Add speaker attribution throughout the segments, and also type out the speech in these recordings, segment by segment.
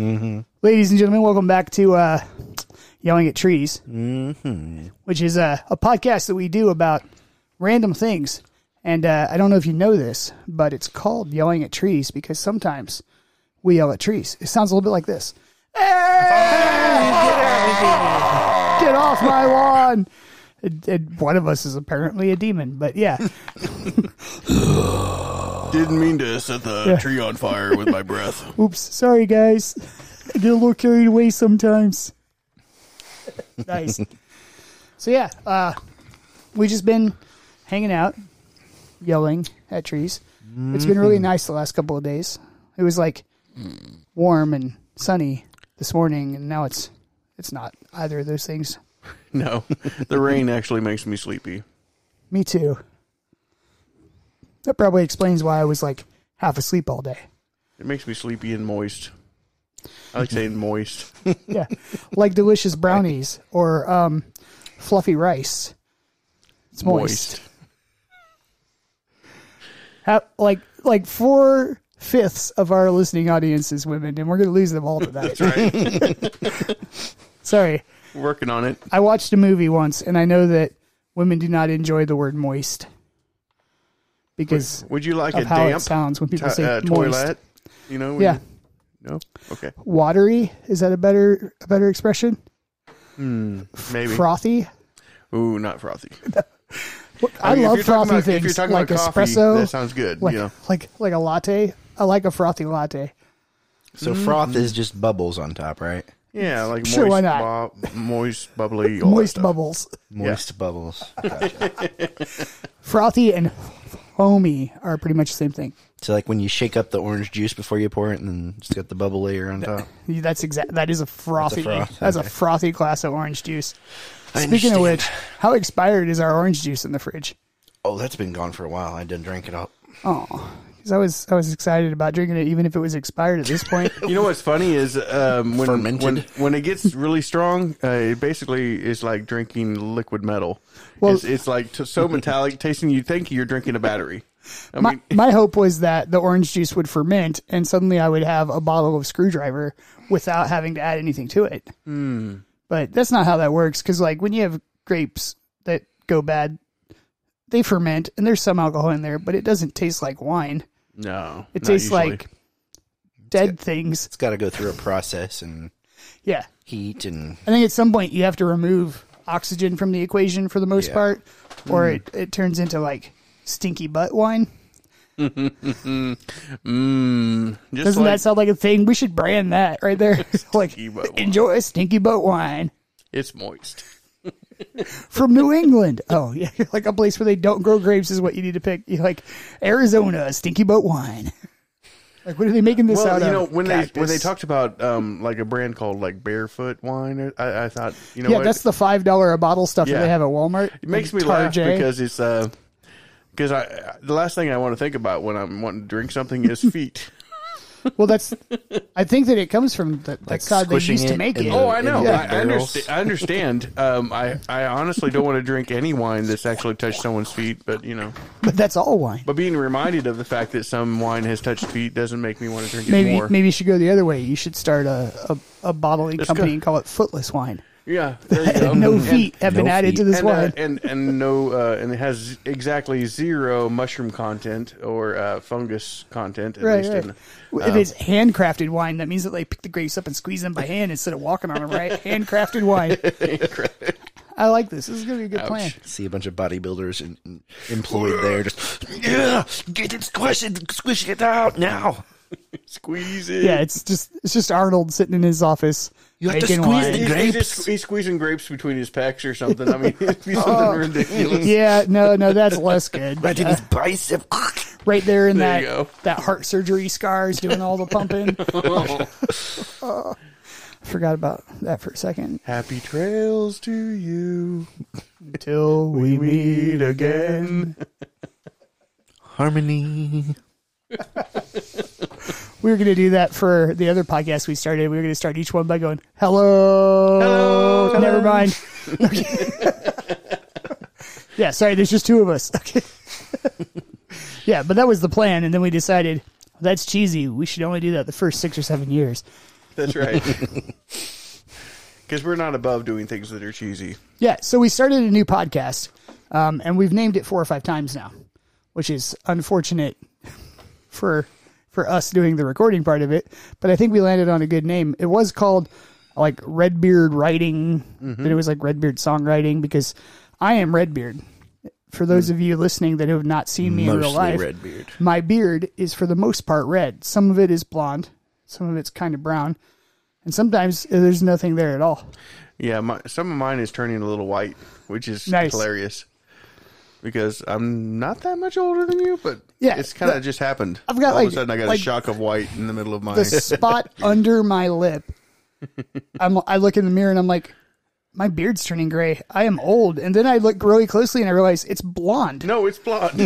Speaker 1: Ladies and gentlemen, welcome back to uh, Yelling at Trees, mm-hmm. which is a, a podcast that we do about random things. And uh, I don't know if you know this, but it's called Yelling at Trees because sometimes we yell at trees. It sounds a little bit like this Get off my lawn! And- and one of us is apparently a demon, but yeah.
Speaker 2: Didn't mean to set the tree on fire with my breath.
Speaker 1: Oops, sorry guys. I get a little carried away sometimes. nice. So yeah, uh, we just been hanging out, yelling at trees. It's been really nice the last couple of days. It was like warm and sunny this morning, and now it's it's not either of those things.
Speaker 2: No, the rain actually makes me sleepy.
Speaker 1: Me too. That probably explains why I was like half asleep all day.
Speaker 2: It makes me sleepy and moist. I like saying moist.
Speaker 1: Yeah, like delicious brownies or um, fluffy rice. It's moist. How, like like four fifths of our listening audience is women, and we're going to lose them all tonight.
Speaker 2: That's right.
Speaker 1: Sorry,
Speaker 2: Working on it.
Speaker 1: I watched a movie once, and I know that women do not enjoy the word moist because
Speaker 2: Would you like
Speaker 1: of
Speaker 2: a
Speaker 1: how it
Speaker 2: damp
Speaker 1: sounds when people
Speaker 2: to-
Speaker 1: say
Speaker 2: uh,
Speaker 1: moist.
Speaker 2: toilet? You know? when
Speaker 1: Yeah,
Speaker 2: you- no. Okay.
Speaker 1: watery is that a better a better expression?
Speaker 2: Maybe.
Speaker 1: Frothy.
Speaker 2: Ooh, not frothy.
Speaker 1: I,
Speaker 2: mean, if
Speaker 1: love
Speaker 2: you're talking
Speaker 1: frothy
Speaker 2: about-
Speaker 1: things
Speaker 2: If you're talking
Speaker 1: like
Speaker 2: about coffee,
Speaker 1: espresso.
Speaker 2: that sounds good.
Speaker 1: like
Speaker 2: you know.
Speaker 1: like like a latte. I like a frothy latte.
Speaker 3: So froth is just bubbles on top, right?
Speaker 2: Yeah, like
Speaker 1: Sure, why
Speaker 2: moist,
Speaker 1: not?
Speaker 2: bu- moist, bubbly, all that
Speaker 1: Moist
Speaker 2: stuff.
Speaker 1: bubbles.
Speaker 3: Moist bubbles. Gotcha.
Speaker 1: Frothy and foamy are pretty much the same thing.
Speaker 3: so like when you shake up the orange juice before you pour it, and then it's got the bubble layer on top.
Speaker 1: That's exact. That is a frothy. That's a,
Speaker 3: froth, okay.
Speaker 1: frothy glass of orange juice.
Speaker 3: I
Speaker 1: Speaking of
Speaker 3: understand.
Speaker 1: which, how expired is our orange juice in the fridge?
Speaker 3: oh, that's been gone for a while. I didn't drink it all.
Speaker 1: Because I was I was excited about drinking it, even if it was expired at this point.
Speaker 2: You know what's funny is um, when,
Speaker 3: Fermented.
Speaker 2: when when it gets really strong, uh, it basically is like drinking liquid metal.
Speaker 1: Well-
Speaker 2: it's, it's like t- so metallic tasting. You think you're drinking a battery. I
Speaker 1: my,
Speaker 2: mean,
Speaker 1: my hope was that the orange juice would ferment, and suddenly I would have a bottle of screwdriver without having to add anything to it.
Speaker 2: Hmm.
Speaker 1: But that's not how that works. Because like when you have grapes that go bad, they ferment, and there's some alcohol in there, but it doesn't taste like wine.
Speaker 2: no,
Speaker 1: It
Speaker 2: not
Speaker 1: tastes
Speaker 2: usually.
Speaker 1: like dead things.
Speaker 3: It's got to go through a process and
Speaker 1: Yeah,
Speaker 3: heat and
Speaker 1: I think at some point you have to remove oxygen from the equation for the most
Speaker 3: Yeah.
Speaker 1: part, or
Speaker 2: Hmm.
Speaker 1: it, it turns into like stinky butt wine.
Speaker 2: Mm, just
Speaker 1: Doesn't
Speaker 2: like,
Speaker 1: that sound like a thing? We should brand that right there. like
Speaker 2: butt wine.
Speaker 1: enjoy stinky butt wine
Speaker 2: it's moist.
Speaker 1: from New England. Oh yeah, like a place where they don't grow grapes is what you need to pick. You like Arizona stinky butt wine. Like what are they making this
Speaker 2: Well,
Speaker 1: out
Speaker 2: you
Speaker 1: of?
Speaker 2: know when they when they
Speaker 1: Cactus.
Speaker 2: talked about um, like a brand called like Barefoot Wine, I, I thought you know
Speaker 1: yeah,
Speaker 2: what?
Speaker 1: that's the five dollar a bottle stuff
Speaker 2: Yeah.
Speaker 1: that they have at Walmart.
Speaker 2: It makes me laugh because it's uh because I I- the last thing I want to think about when I'm wanting to drink something is feet.
Speaker 1: well, that's I think that it comes from the, that's how they
Speaker 3: squishing
Speaker 1: used to
Speaker 3: it
Speaker 1: make
Speaker 3: in
Speaker 1: it.
Speaker 3: the-
Speaker 2: Oh, I know.
Speaker 3: Yeah.
Speaker 2: I, I
Speaker 3: Barrels.
Speaker 2: understand. I understand. Um, I, I honestly don't want to drink any wine that's actually touched someone's feet, but you know,
Speaker 1: but that's all wine.
Speaker 2: but being reminded of the fact that some wine has touched feet doesn't make me want to drink it
Speaker 1: Maybe
Speaker 2: more.
Speaker 1: maybe you should go the other way. You should start a a, a bottling
Speaker 2: Let's
Speaker 1: company
Speaker 2: go-
Speaker 1: and call it Footless Wine.
Speaker 2: Yeah, there you go.
Speaker 1: No
Speaker 2: And-
Speaker 1: feet have been
Speaker 3: no
Speaker 1: added
Speaker 3: feet.
Speaker 1: to this
Speaker 2: And,
Speaker 1: wine.
Speaker 2: uh, and and no uh, and it has exactly zero mushroom content or uh, fungus content at
Speaker 1: right,
Speaker 2: least
Speaker 1: right.
Speaker 2: in
Speaker 1: Well, if it's handcrafted wine, that means that they pick the grapes up and squeeze them by hand instead of walking on them, right? handcrafted wine. I like this. This is going to be a good plan.
Speaker 3: see a bunch of bodybuilders and, and employed there. Just yeah, get it squish it, squish it out now.
Speaker 2: squeeze it.
Speaker 1: Yeah, it's just it's just Arnold sitting in his office
Speaker 3: You have to
Speaker 1: making
Speaker 3: squeeze
Speaker 1: wine.
Speaker 3: the
Speaker 2: He's, he's, just,
Speaker 3: Grapes.
Speaker 2: he's squeezing grapes between his pecs or something. I mean, it'd be something ridiculous.
Speaker 1: Oh. Yeah, no, no, that's less good.
Speaker 3: Right in his bicep.
Speaker 1: Right there in
Speaker 2: There you
Speaker 1: that
Speaker 2: go.
Speaker 1: that heart surgery scars doing all the pumping. Forgot about that for a second.
Speaker 2: Happy trails to you.
Speaker 1: Till we
Speaker 2: Meet again.
Speaker 3: Harmony.
Speaker 1: we were going to do that for the other podcast we started. We were going to start each one by going, hello. Hello. Never mind. yeah, sorry, there's just two of us. Okay. yeah, but that was the plan. And then we decided, that's cheesy. We should only do that the first six or seven years.
Speaker 2: That's right. Because we're not above doing things that are cheesy.
Speaker 1: Yeah, so we started a new podcast, um, and we've named it four or five times now, which is unfortunate for for us doing the recording part of it. But I think we landed on a good name. It was called like Redbeard Writing,
Speaker 3: Mm-hmm.
Speaker 1: and it was like Redbeard Songwriting because I am Redbeard. For those of you listening that have not seen me in real
Speaker 3: Mm. Mostly
Speaker 1: life,
Speaker 3: red beard.
Speaker 1: my beard is for the most part red. Some of it is blonde, some of it's kind of brown, and sometimes uh, there's nothing there at all.
Speaker 2: Yeah, my, some of mine is turning a little white, which is
Speaker 1: Nice.
Speaker 2: hilarious. Because I'm not that much older than you, but
Speaker 1: Yeah,
Speaker 2: it's kind
Speaker 1: the-
Speaker 2: of just happened.
Speaker 1: I've got,
Speaker 2: all
Speaker 1: like-
Speaker 2: of a sudden I got
Speaker 1: like-
Speaker 2: a shock of white in the middle of mine.
Speaker 1: the spot under my lip. I'm, I look in the mirror and I'm like, my beard's turning gray. I am old. And then I look really closely and I realize it's blonde.
Speaker 2: no, it's blonde.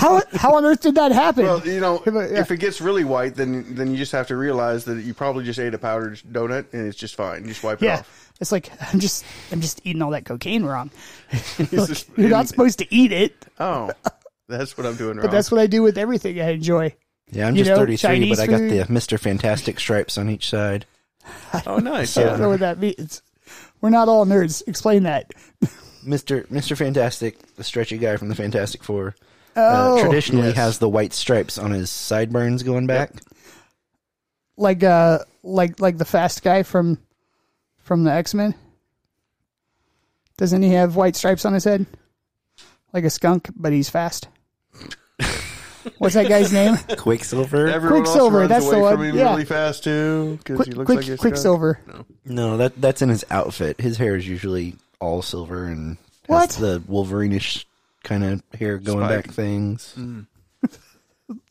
Speaker 1: How how on earth did that happen?
Speaker 2: well, you know,
Speaker 1: But, yeah.
Speaker 2: if it gets really white, then then you just have to realize that you probably just ate a powdered donut and it's just fine. You just wipe it
Speaker 1: yeah,
Speaker 2: off.
Speaker 1: it's like I'm just I'm just eating all that cocaine wrong.
Speaker 2: It's just-
Speaker 1: You're not supposed to eat it,
Speaker 2: Oh, that's what I'm doing wrong.
Speaker 1: but that's what I do with everything I enjoy.
Speaker 3: Yeah, I'm
Speaker 1: You
Speaker 3: just
Speaker 1: know,
Speaker 3: 33,
Speaker 1: Chinese
Speaker 3: but I got
Speaker 1: food.
Speaker 3: the Mr. Fantastic stripes on each side.
Speaker 2: oh, nice.
Speaker 1: I don't know what that means. We're not all nerds. Explain that.
Speaker 3: Mr. Mr. Fantastic, the stretchy guy from the Fantastic Four,
Speaker 1: Oh.
Speaker 3: uh, traditionally
Speaker 2: Yes.
Speaker 3: has the white stripes on his sideburns going back.
Speaker 1: Like uh like like the fast guy from from the X Men. Doesn't he have white stripes on his head? Like a skunk, but he's fast. What's that guy's name?
Speaker 3: Quicksilver?
Speaker 2: Everyone
Speaker 1: Quicksilver,
Speaker 2: else runs
Speaker 1: that's
Speaker 2: away
Speaker 1: the one,
Speaker 2: From him
Speaker 1: yeah.
Speaker 2: really fast too, because he
Speaker 1: Quick,
Speaker 2: looks
Speaker 1: quick,
Speaker 2: like he's
Speaker 1: Quicksilver.
Speaker 3: no, that that's in his outfit. His hair is usually all silver and
Speaker 1: What?
Speaker 3: has the Wolverine-ish kind of hair going
Speaker 2: Spike.
Speaker 3: back things.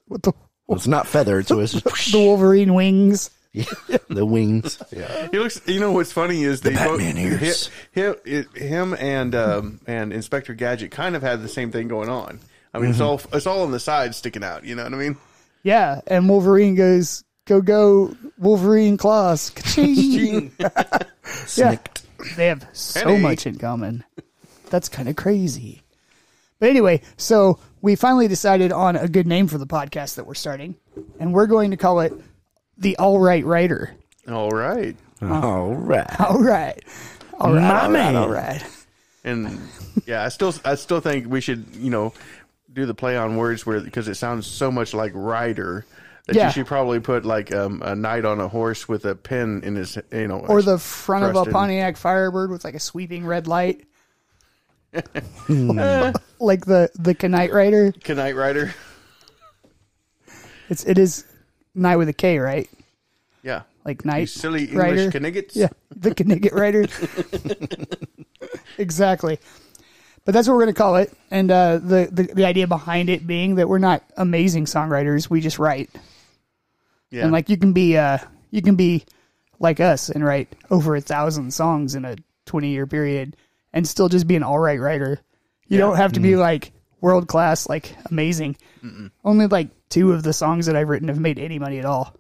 Speaker 1: What the,
Speaker 3: Well, it's not feathered, so it's
Speaker 1: the Wolverine wings.
Speaker 3: Yeah, the wings. Yeah.
Speaker 2: He looks. You know what's funny is they both
Speaker 3: Batman ears.
Speaker 2: Him, him and um, and Inspector Gadget kind of had the same thing going on. I mean, it's all it's all on the side sticking out. You know what I mean?
Speaker 1: Yeah, and Wolverine goes, go, go, Wolverine claws. Ka-ching.
Speaker 3: Snicked.
Speaker 1: they have so
Speaker 2: Penny.
Speaker 1: much in common. That's kind of crazy. But anyway, so we finally decided on a good name for the podcast that we're starting, and we're going to call it the All Right Writer.
Speaker 2: All right,
Speaker 3: All right.
Speaker 1: All right, all right, all right, all right.
Speaker 2: and yeah, I still I still think we should you know do the play on words where because it sounds so much like rider that
Speaker 1: Yeah.
Speaker 2: you should probably put like um, a knight on a horse with a pin in his you know
Speaker 1: Or the front of a
Speaker 2: Preston.
Speaker 1: Pontiac Firebird with like a sweeping red light, like the the Knight Rider.
Speaker 2: knight rider.
Speaker 1: It's it is Knight with a K, right?
Speaker 2: Yeah,
Speaker 1: Like Knight.
Speaker 2: you silly English
Speaker 1: Rider.
Speaker 2: kniggets.
Speaker 1: Yeah, the Connecticut writer. exactly. But that's what we're going to call it. And uh, the, the the idea behind it being that we're not amazing songwriters; we just write.
Speaker 2: yeah.
Speaker 1: And like you can be, uh, you can be like us and write over a thousand songs in a twenty year period, and still just be an all right writer. You don't have to
Speaker 2: Mm-hmm.
Speaker 1: be like world class, like amazing. Only like two of the songs that I've written have made any money at all.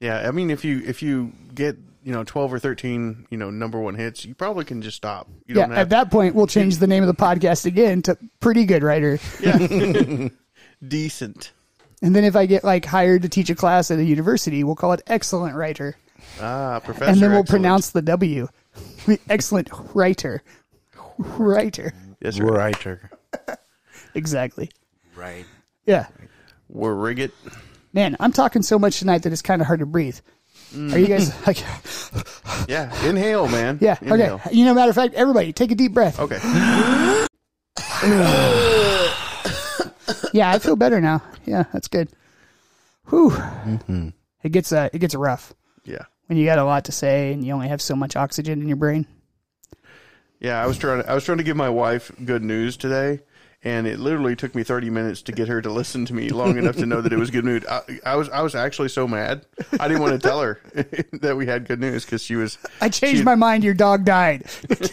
Speaker 2: Yeah, I mean, if you if you get you know twelve or thirteen you know number one hits, you probably can just stop. You
Speaker 1: Yeah,
Speaker 2: don't
Speaker 1: at
Speaker 2: have
Speaker 1: that point, we'll change the name of the podcast again to Pretty Good Writer.
Speaker 2: decent.
Speaker 1: And then if I get like hired to teach a class at a university, we'll call it excellent writer,
Speaker 2: Ah, professor.
Speaker 1: and then we'll
Speaker 2: excellent.
Speaker 1: pronounce the W, We- excellent writer, writer.
Speaker 2: Yes, sir.
Speaker 3: Writer.
Speaker 1: Exactly.
Speaker 3: Right.
Speaker 1: Yeah,
Speaker 2: We're rigid.
Speaker 1: man, I'm talking so much tonight that it's kind of hard to breathe.
Speaker 2: Mm.
Speaker 1: Are you guys like?
Speaker 2: Yeah, inhale, man.
Speaker 1: Yeah.
Speaker 2: Inhale.
Speaker 1: Okay. You know, matter of fact, everybody take a deep breath.
Speaker 2: Okay.
Speaker 1: Yeah, I feel better now. Yeah, that's good. Whew.
Speaker 2: Mm-hmm.
Speaker 1: It gets uh, it gets rough
Speaker 2: Yeah.
Speaker 1: when you got a lot to say and you only have so much oxygen in your brain.
Speaker 2: Yeah, I was trying. I was trying to give my wife good news today, and it literally took me thirty minutes to get her to listen to me long enough to know that it was good news. I, I was I was actually so mad. I didn't want to tell her that we had good news because she was.
Speaker 1: I changed my mind. Your dog died.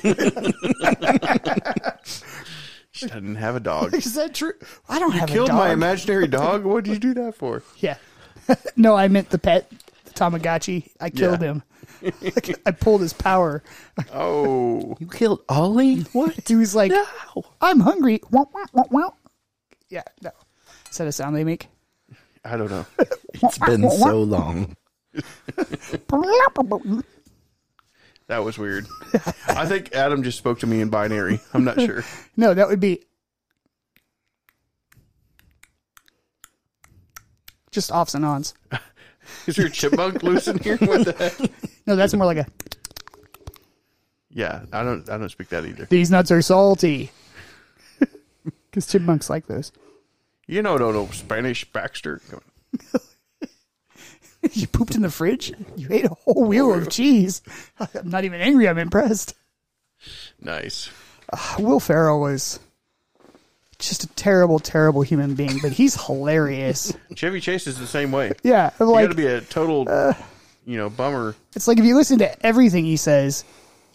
Speaker 2: She didn't have a dog.
Speaker 1: Is that true? I don't have
Speaker 2: Killed
Speaker 1: a dog.
Speaker 2: my imaginary dog. What did you do that for?
Speaker 1: Yeah. no, I meant the pet, the Tamagotchi. I killed
Speaker 2: Yeah.
Speaker 1: him. I pulled his power.
Speaker 2: Oh.
Speaker 3: You killed Ollie? What?
Speaker 1: He was like, I'm hungry. Wah, wah, wah, wah. Yeah, no. Is that a sound they make?
Speaker 2: I don't know.
Speaker 3: It's been so long.
Speaker 2: That was weird. I think Adam just spoke to me in binary. I'm not sure.
Speaker 1: No, that would be just offs and ons.
Speaker 2: Is there a chipmunk loose in here? What the heck?
Speaker 1: No, that's more like a.
Speaker 2: Yeah, I don't. I don't speak that either.
Speaker 1: These nuts are salty. Because chipmunks like those.
Speaker 2: You know, no, no Spanish Baxter. Come on.
Speaker 1: you pooped in the fridge. You ate a whole wheel of cheese. I'm not even angry. I'm impressed.
Speaker 2: Nice.
Speaker 1: Will Ferrell was just a terrible, terrible human being, but he's hilarious.
Speaker 2: Chevy Chase is the same way.
Speaker 1: Yeah,
Speaker 2: You
Speaker 1: like
Speaker 2: got to be a total, you know, bummer.
Speaker 1: it's like if you listen to everything he says,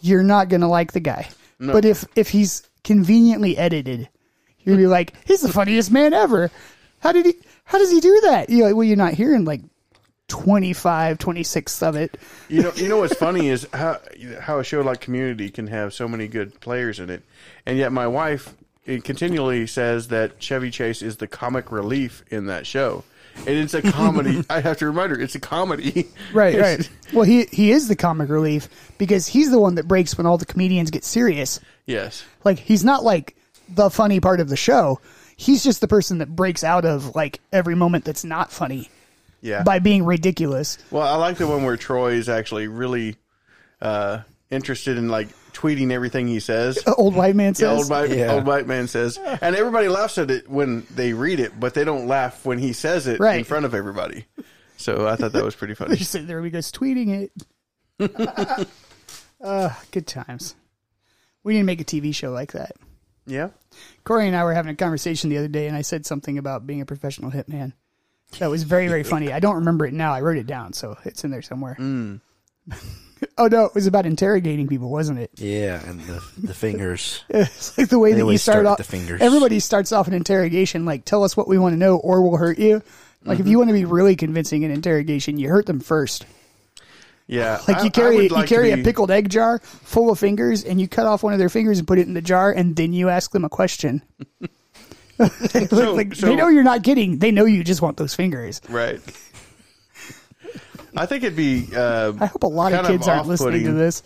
Speaker 1: you're not gonna like the guy. But if if he's conveniently edited, you'll be like, he's the funniest man ever. How did he? How does he do that? You're like, well, you're not hearing like 25, 26 of it.
Speaker 2: You know, you know what's funny is how how a show like Community can have so many good players in it, and yet my wife eh, continually says that Chevy Chase is the comic relief in that show, and it's a comedy. I have to remind her it's a comedy,
Speaker 1: Right,
Speaker 2: It's-
Speaker 1: right. Well, he he is the comic relief because he's the one that breaks when all the comedians get serious.
Speaker 2: Yes,
Speaker 1: Like he's not like the funny part of the show. He's just the person that breaks out of like every moment that's not funny
Speaker 2: yeah.
Speaker 1: by being ridiculous.
Speaker 2: Well, I like the one where Troy is actually really uh, interested in like tweeting everything he says.
Speaker 1: The Uh, old white man
Speaker 2: Yeah,
Speaker 1: says,
Speaker 2: old white,
Speaker 3: Yeah.
Speaker 2: old white man says, and everybody laughs at it when they read it, but they don't laugh when he says it in
Speaker 1: Right.
Speaker 2: front of everybody. So I thought that was pretty funny.
Speaker 1: Just sitting there we goes tweeting it. uh, good times. We need to make a TV show like that.
Speaker 2: Yeah,
Speaker 1: Corey and I were having a conversation the other day, and I said something about being a professional hitman. That was very, very funny. I don't remember it now. I wrote it down, so it's in there somewhere.
Speaker 3: Mm.
Speaker 1: oh no, it was about interrogating people, wasn't it?
Speaker 3: Yeah, and the, the fingers.
Speaker 1: It's like the way
Speaker 3: They
Speaker 1: that you
Speaker 3: always
Speaker 1: start,
Speaker 3: start with
Speaker 1: off.
Speaker 3: the fingers.
Speaker 1: Everybody starts off an interrogation like, "Tell us what we want to know, or we'll hurt you." Like if
Speaker 3: Mm-hmm.
Speaker 1: you want to be really convincing in interrogation, you hurt them first.
Speaker 2: yeah.
Speaker 1: Like
Speaker 2: I-
Speaker 1: you
Speaker 2: I
Speaker 1: carry
Speaker 2: would
Speaker 1: you
Speaker 2: like to
Speaker 1: carry a
Speaker 2: be-
Speaker 1: pickled egg jar full of fingers, and you cut off one of their fingers and put it in the jar, and then you ask them a question. Like- like,
Speaker 2: so-
Speaker 1: they know you're not kidding. They know you just want those fingers.
Speaker 2: right. I think it'd be. Uh,
Speaker 1: I hope a lot of
Speaker 2: kind
Speaker 1: kids aren't listening to
Speaker 2: off-putting
Speaker 1: this.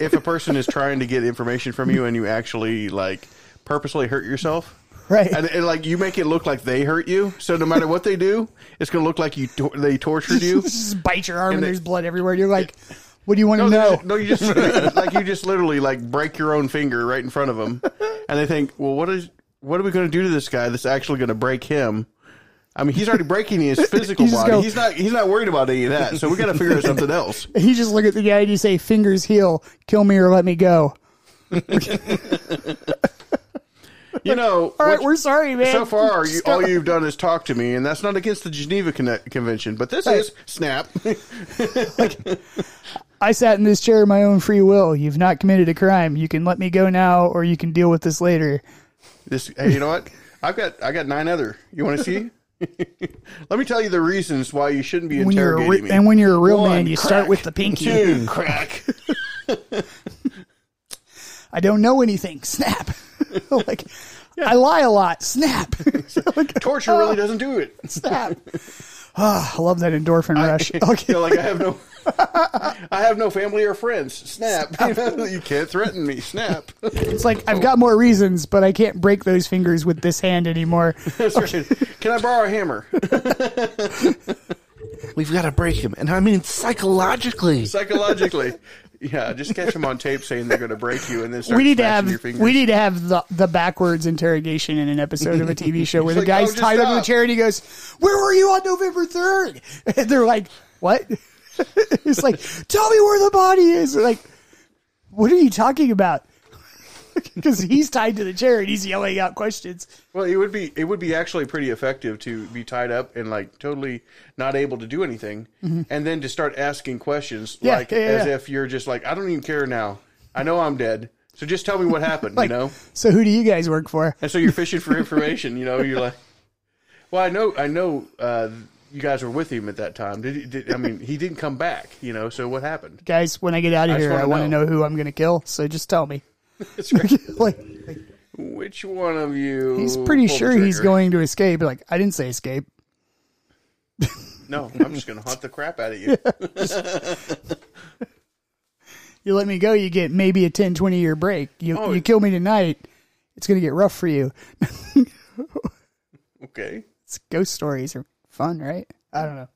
Speaker 2: if a person is trying to get information from you and you actually like purposely hurt yourself.
Speaker 1: Right.
Speaker 2: and, and like you make it look like they hurt you, so no matter what they do, it's gonna look like you tor- they tortured you.
Speaker 1: just bite your arm and,
Speaker 2: they-
Speaker 1: there's blood everywhere. You're like, what do you want
Speaker 2: No,
Speaker 1: to know?
Speaker 2: no, you just like you just literally like break your own finger right in front of them, and they think, well, what is what are we gonna do to this guy that's actually gonna break him? I mean, he's already breaking his physical
Speaker 1: You just
Speaker 2: body.
Speaker 1: go-
Speaker 2: he's not. He's not worried about any of that. So we got to figure out something else.
Speaker 1: And you just look at the guy and you say, fingers heal, kill me or let me go.
Speaker 2: You know.
Speaker 1: All right,
Speaker 2: what-
Speaker 1: we're sorry, man.
Speaker 2: so far, you,
Speaker 1: Just go-
Speaker 2: all you've done is talk to me, and that's not against the Geneva Conne- Convention. But this
Speaker 1: Right.
Speaker 2: is snap.
Speaker 1: I sat in this chair of my own free will. You've not committed a crime. You can let me go now or you can deal with this later.
Speaker 2: This, hey, you know what? I've got I got nine other. You want to see? Let me tell you the reasons why you shouldn't be
Speaker 1: When you're a
Speaker 2: interrogating
Speaker 1: re-
Speaker 2: me.
Speaker 1: and when you're a real man,
Speaker 2: One,
Speaker 1: you start
Speaker 2: crack.
Speaker 1: with the pinky.
Speaker 2: Two, crack.
Speaker 1: I don't know anything. Snap. like I lie a lot. Snap. Like, oh.
Speaker 2: Torture really doesn't do it.
Speaker 1: snap. Ah, I love that endorphin rush. Okay.
Speaker 2: You're like I have no, I have no family or friends. Snap. you can't threaten me. Snap.
Speaker 1: It's like I've got more reasons, but I can't break those fingers with this hand anymore.
Speaker 2: That's right. Can I borrow a hammer?
Speaker 3: We've got to break him, and I mean psychologically.
Speaker 2: Psychologically. Yeah, just catch them on tape saying they're going to break you, and then start
Speaker 1: We need to
Speaker 2: smashing
Speaker 1: have
Speaker 2: your fingers.
Speaker 1: we need to have the, the backwards interrogation in an episode of a TV show where the
Speaker 2: like, "Oh,
Speaker 1: guy's
Speaker 2: just
Speaker 1: tied up in a
Speaker 2: stop."
Speaker 1: chair and he goes, "Where were you on November 3rd? And they're like, "What?" it's like, "Tell me where the body is." They're like, "What are you talking about?" Because he's tied to the chair and he's yelling out questions.
Speaker 2: Well, it would be it would be actually pretty effective to be tied up and like totally not able to do anything, and then to start asking questions
Speaker 1: Mm-hmm. Yeah,
Speaker 2: like
Speaker 1: yeah, yeah,
Speaker 2: as
Speaker 1: yeah.
Speaker 2: if you're just like I don't even care now. I know I'm dead, so just tell me what happened.
Speaker 1: Like,
Speaker 2: you know,
Speaker 1: so who do you guys work for?
Speaker 2: and so you're fishing for information. You know, you're like, well, I know, I know, uh, you guys were with him at that time. Did, he- did I mean he didn't come back? You know, so what happened?
Speaker 1: Guys, when I get out of
Speaker 2: I just
Speaker 1: here,
Speaker 2: wanna
Speaker 1: I want to
Speaker 2: know.
Speaker 1: know. who I'm going to kill. So just tell me.
Speaker 2: That's right.
Speaker 1: like,
Speaker 2: Which one of you?
Speaker 1: he's pretty
Speaker 2: pulled the
Speaker 1: sure he's
Speaker 2: trigger?
Speaker 1: going to escape. Like, I didn't say escape.
Speaker 2: No, I'm just going to hunt the crap out of you.
Speaker 1: You let me go, you get maybe a 10, 20 year break. You,
Speaker 2: Oh.
Speaker 1: you kill me tonight, it's going to get rough for you.
Speaker 2: Okay.
Speaker 1: It's ghost stories are fun, right? I don't know.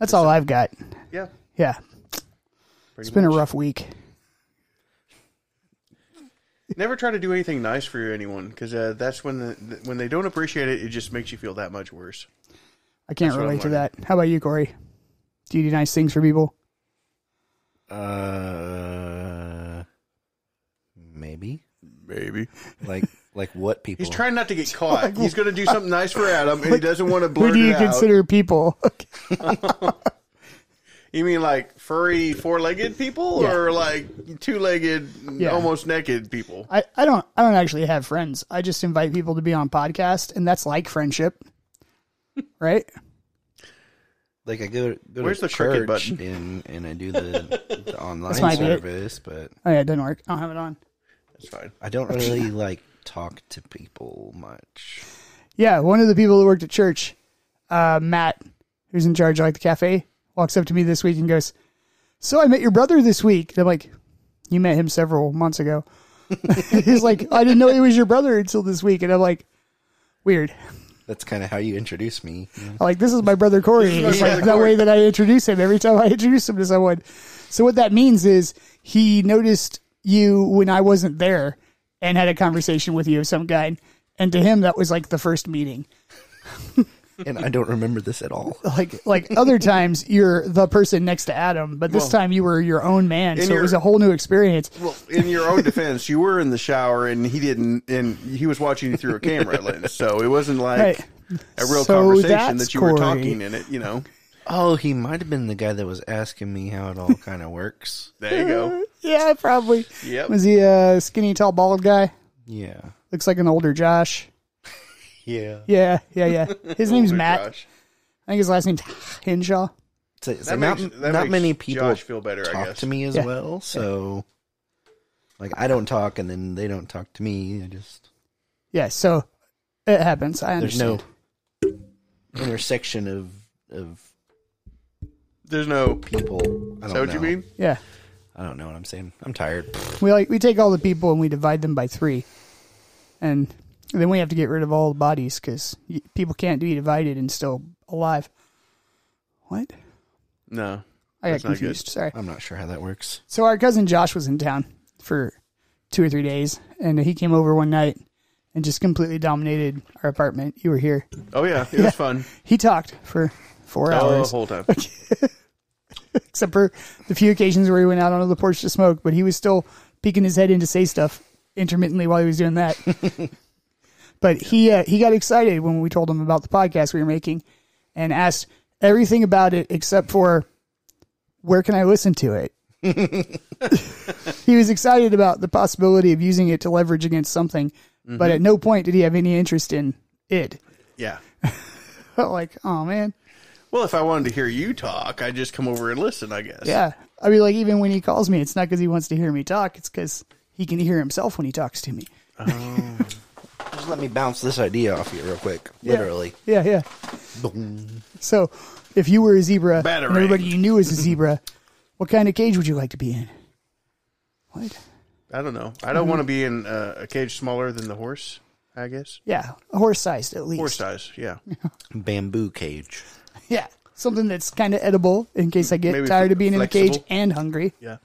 Speaker 1: That's all I've got.
Speaker 2: Yeah.
Speaker 1: Yeah.
Speaker 2: pretty
Speaker 1: It's been a
Speaker 2: much.
Speaker 1: rough week.
Speaker 2: Never try to do anything nice for anyone because uh, that's when the, the- when they don't appreciate it, it just makes you feel that much worse.
Speaker 1: I can't
Speaker 2: That's what I'm
Speaker 1: relate to that. How about you, Corey? Do you do nice things for people?
Speaker 3: Uh, maybe
Speaker 2: Maybe
Speaker 3: like like what people?
Speaker 2: he's trying not to get caught. he's going to do something nice for Adam, and he doesn't want to
Speaker 1: Who
Speaker 2: blurt
Speaker 1: do you
Speaker 2: it out.
Speaker 1: consider people?
Speaker 2: You mean like furry, four-legged people,
Speaker 1: Yeah.
Speaker 2: or like two-legged,
Speaker 1: Yeah.
Speaker 2: almost naked people?
Speaker 1: I, I don't I don't actually have friends. I just invite people to be on podcast, and that's like friendship, right?
Speaker 3: like I go, go
Speaker 2: Where's the
Speaker 3: to
Speaker 2: cricket
Speaker 3: church
Speaker 2: button?
Speaker 3: and and I do the, the online
Speaker 1: might be it.
Speaker 3: service, but
Speaker 1: Oh yeah, it doesn't work. I don't have it on.
Speaker 2: That's fine.
Speaker 3: I don't really like talk to people much.
Speaker 1: Yeah, one of the people that worked at church, uh, Matt, who's in charge of like the cafe, walks up to me this week and goes, "So I met your brother this week." And I'm like, "You met him several months ago." He's like, "I didn't know he was your brother until this week," and I'm like, "Weird."
Speaker 3: That's kind of how you introduce me. you know?
Speaker 1: I'm like, "This is my brother Corey."
Speaker 2: This
Speaker 1: It's
Speaker 2: is my
Speaker 1: like
Speaker 2: brother
Speaker 1: that
Speaker 2: Corey.
Speaker 1: way that I introduce him every time I introduce him to someone. So what that means is he noticed you when I wasn't there and had a conversation with you of some kind, and to him that was like the first meeting.
Speaker 3: and I don't remember this at all.
Speaker 1: like like other times you're the person next to Adam, but this time you were your own man, so it
Speaker 2: you're-
Speaker 1: was a whole new experience.
Speaker 2: Well, in your own defense, you were in the shower, and he didn't, and he was watching you through a camera lens, so it wasn't like
Speaker 1: Right.
Speaker 2: a real
Speaker 1: So
Speaker 2: conversation
Speaker 1: that's
Speaker 2: that you were
Speaker 1: Corey.
Speaker 2: talking in it. You know,
Speaker 3: Oh, he might have been the guy that was asking me how it all kind of works.
Speaker 2: there you go.
Speaker 1: Yeah, probably.
Speaker 2: Yep.
Speaker 1: Was he a skinny, tall, bald guy?
Speaker 3: Yeah.
Speaker 1: Looks like an older Josh.
Speaker 3: Yeah.
Speaker 1: Yeah, yeah, yeah. His name's
Speaker 2: Older
Speaker 1: Matt.
Speaker 2: Josh.
Speaker 1: I think his last name's Henshaw.
Speaker 3: So, so
Speaker 2: That
Speaker 3: not
Speaker 2: makes- that
Speaker 3: not
Speaker 2: makes
Speaker 3: many people
Speaker 2: Josh feel better, I
Speaker 3: talk
Speaker 2: guess.
Speaker 3: to me as
Speaker 1: Yeah.
Speaker 3: well. So, like, I don't talk, and then they don't talk to me. I just
Speaker 1: Yeah, so it happens. I
Speaker 3: there's
Speaker 1: understand.
Speaker 3: no intersection of of
Speaker 2: There's no.
Speaker 3: people. I don't
Speaker 2: Is that what you
Speaker 3: know.
Speaker 2: mean?
Speaker 1: Yeah,
Speaker 3: I don't know what I'm saying. I'm tired.
Speaker 1: we like we take all the people and we divide them by three, and then we have to get rid of all the bodies because people can't be divided and still alive. What?
Speaker 2: No.
Speaker 1: I got
Speaker 2: That's not good.
Speaker 1: Oh,
Speaker 2: Um,
Speaker 1: confused. Sorry.
Speaker 3: I'm not sure how that works.
Speaker 1: So our cousin Josh was in town for two or three days, and he came over one night and just completely dominated our apartment. You were here.
Speaker 2: Oh yeah, it was fun.
Speaker 1: He talked for four
Speaker 2: Oh, the
Speaker 1: hours,
Speaker 2: whole time.
Speaker 1: except for the few occasions where he went out onto the porch to smoke. But he was still peeking his head in to say stuff intermittently while he was doing that. but he uh, he got excited when we told him about the podcast we were making, and asked everything about it except for where can I listen to it. he was excited about the possibility of using it to leverage against something, but at no point did he have any interest in it.
Speaker 2: Yeah.
Speaker 1: like, oh man,
Speaker 2: Well, if I wanted to hear you talk, I'd just come over and listen. I guess.
Speaker 1: yeah. I mean, like even when he calls me, it's not because he wants to hear me talk; it's because he can hear himself when he talks to me.
Speaker 3: Just let me bounce this idea off you real quick. Literally.
Speaker 1: Yeah, yeah.
Speaker 3: Boom.
Speaker 1: So, if you were a zebra,
Speaker 2: Batarang.
Speaker 1: and everybody you knew was a zebra, what kind of cage would you like to be in? What?
Speaker 2: I don't know. I don't want to be in uh, a cage smaller than the horse. I guess
Speaker 1: Yeah, horse-sized at least.
Speaker 2: horse size. Yeah.
Speaker 3: Bamboo cage.
Speaker 1: Yeah, something that's kind of edible in case I get
Speaker 2: Maybe
Speaker 1: tired
Speaker 2: fl-
Speaker 1: of being in a cage
Speaker 2: flexible.
Speaker 1: and hungry.
Speaker 2: Yeah.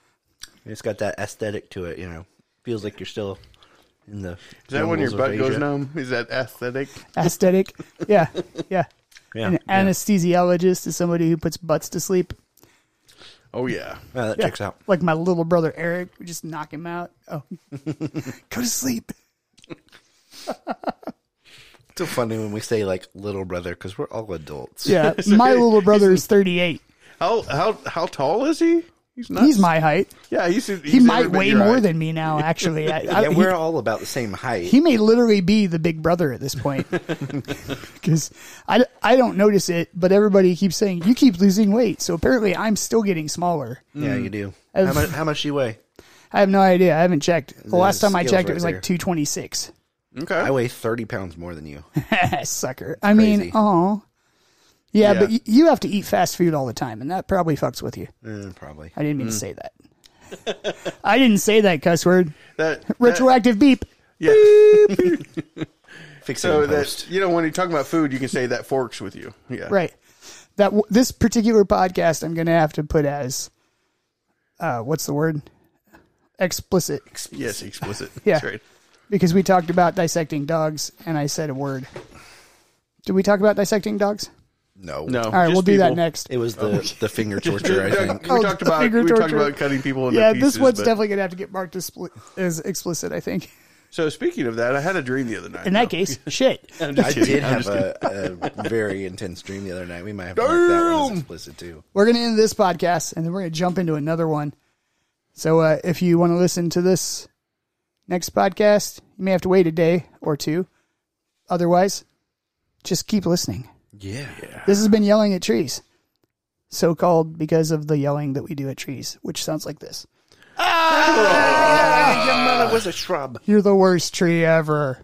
Speaker 3: It's got that aesthetic to it, you know. Feels like you're still in the.
Speaker 2: Is that when your
Speaker 3: jungles
Speaker 2: butt
Speaker 3: of
Speaker 2: goes
Speaker 3: Asia.
Speaker 2: numb? Is that aesthetic?
Speaker 1: Aesthetic. yeah, yeah.
Speaker 3: Yeah.
Speaker 1: An
Speaker 3: yeah.
Speaker 1: anesthesiologist is somebody who puts butts to sleep.
Speaker 2: Oh yeah.
Speaker 3: Well, that checks out.
Speaker 1: Like my little brother Eric, we just knock him out. Oh, go to sleep.
Speaker 3: It's so funny when we say like little brother because we're all adults.
Speaker 1: Yeah, my little brother is 38.
Speaker 2: How how how tall is he? He's not.
Speaker 1: He's my height.
Speaker 2: yeah. He's, he's
Speaker 1: He might
Speaker 2: never been
Speaker 1: weigh
Speaker 2: your
Speaker 1: more
Speaker 2: height.
Speaker 1: than me now, actually. I, I,
Speaker 3: Yeah,
Speaker 1: he-
Speaker 3: we're all about the same height.
Speaker 1: he may literally be the big brother at this point because I, I don't notice it but everybody keeps saying you keep losing weight so apparently i'm still getting smaller
Speaker 3: yeah, you do.
Speaker 1: I've-
Speaker 3: How much, how much do you weigh?
Speaker 1: i have no idea i haven't checked the last time i
Speaker 3: scale's
Speaker 1: checked
Speaker 3: right
Speaker 1: it was
Speaker 3: there.
Speaker 1: like 226
Speaker 2: Okay.
Speaker 3: I weigh 30 pounds more than you.
Speaker 1: sucker i mean
Speaker 3: Crazy.
Speaker 1: oh Yeah,
Speaker 2: Yeah.
Speaker 1: but y- you have to eat fast food all the time, and that probably fucks with you.
Speaker 3: Eh, probably.
Speaker 1: I didn't mean to say that. I didn't say that cuss word.
Speaker 2: Mm-hmm. That that-
Speaker 1: Retroactive beep.
Speaker 2: yeah.
Speaker 3: Fix it
Speaker 2: So
Speaker 3: in
Speaker 2: that
Speaker 3: post.
Speaker 2: you know when you talk about food, you can say that forks with you. Yeah.
Speaker 1: Right. That w- this particular podcast, I'm going to have to put as, uh, what's the word? Explicit,
Speaker 2: Yes, explicit.
Speaker 1: Yeah.
Speaker 2: That's right.
Speaker 1: because we talked about dissecting dogs, and I said a word. Did we talk about dissecting dogs?
Speaker 3: No.
Speaker 2: No.
Speaker 1: All
Speaker 2: Oh.
Speaker 1: right,
Speaker 2: just
Speaker 1: we'll do that
Speaker 2: people.
Speaker 1: next.
Speaker 3: It was the, the finger torture, I
Speaker 2: Yeah,
Speaker 3: think.
Speaker 2: We
Speaker 1: Oh,
Speaker 2: talked
Speaker 1: the
Speaker 2: about
Speaker 1: finger
Speaker 2: we talked
Speaker 1: torture.
Speaker 2: about cutting people into
Speaker 1: Yeah,
Speaker 2: pieces.
Speaker 1: this one's
Speaker 2: but-
Speaker 1: definitely going to have to get marked as, spli- as explicit, I think.
Speaker 2: So speaking of that, I had a dream the other night.
Speaker 1: In that case, shit.
Speaker 2: I'm just
Speaker 3: I
Speaker 2: kidding.
Speaker 3: did
Speaker 2: I'm
Speaker 3: have
Speaker 2: just kidding.
Speaker 3: a, a very intense dream the other night. We might have to mark that one
Speaker 2: Damn!
Speaker 3: as explicit too.
Speaker 1: we're going to end this podcast and then we're going to jump into another one. So uh, if you want to listen to this next podcast, you may have to wait a day or two. Otherwise, just keep listening.
Speaker 3: Yeah.
Speaker 1: This has been Yelling at Trees, so called because of the yelling that we do at trees, which sounds like this
Speaker 3: was a shrub.
Speaker 1: You're the worst tree ever.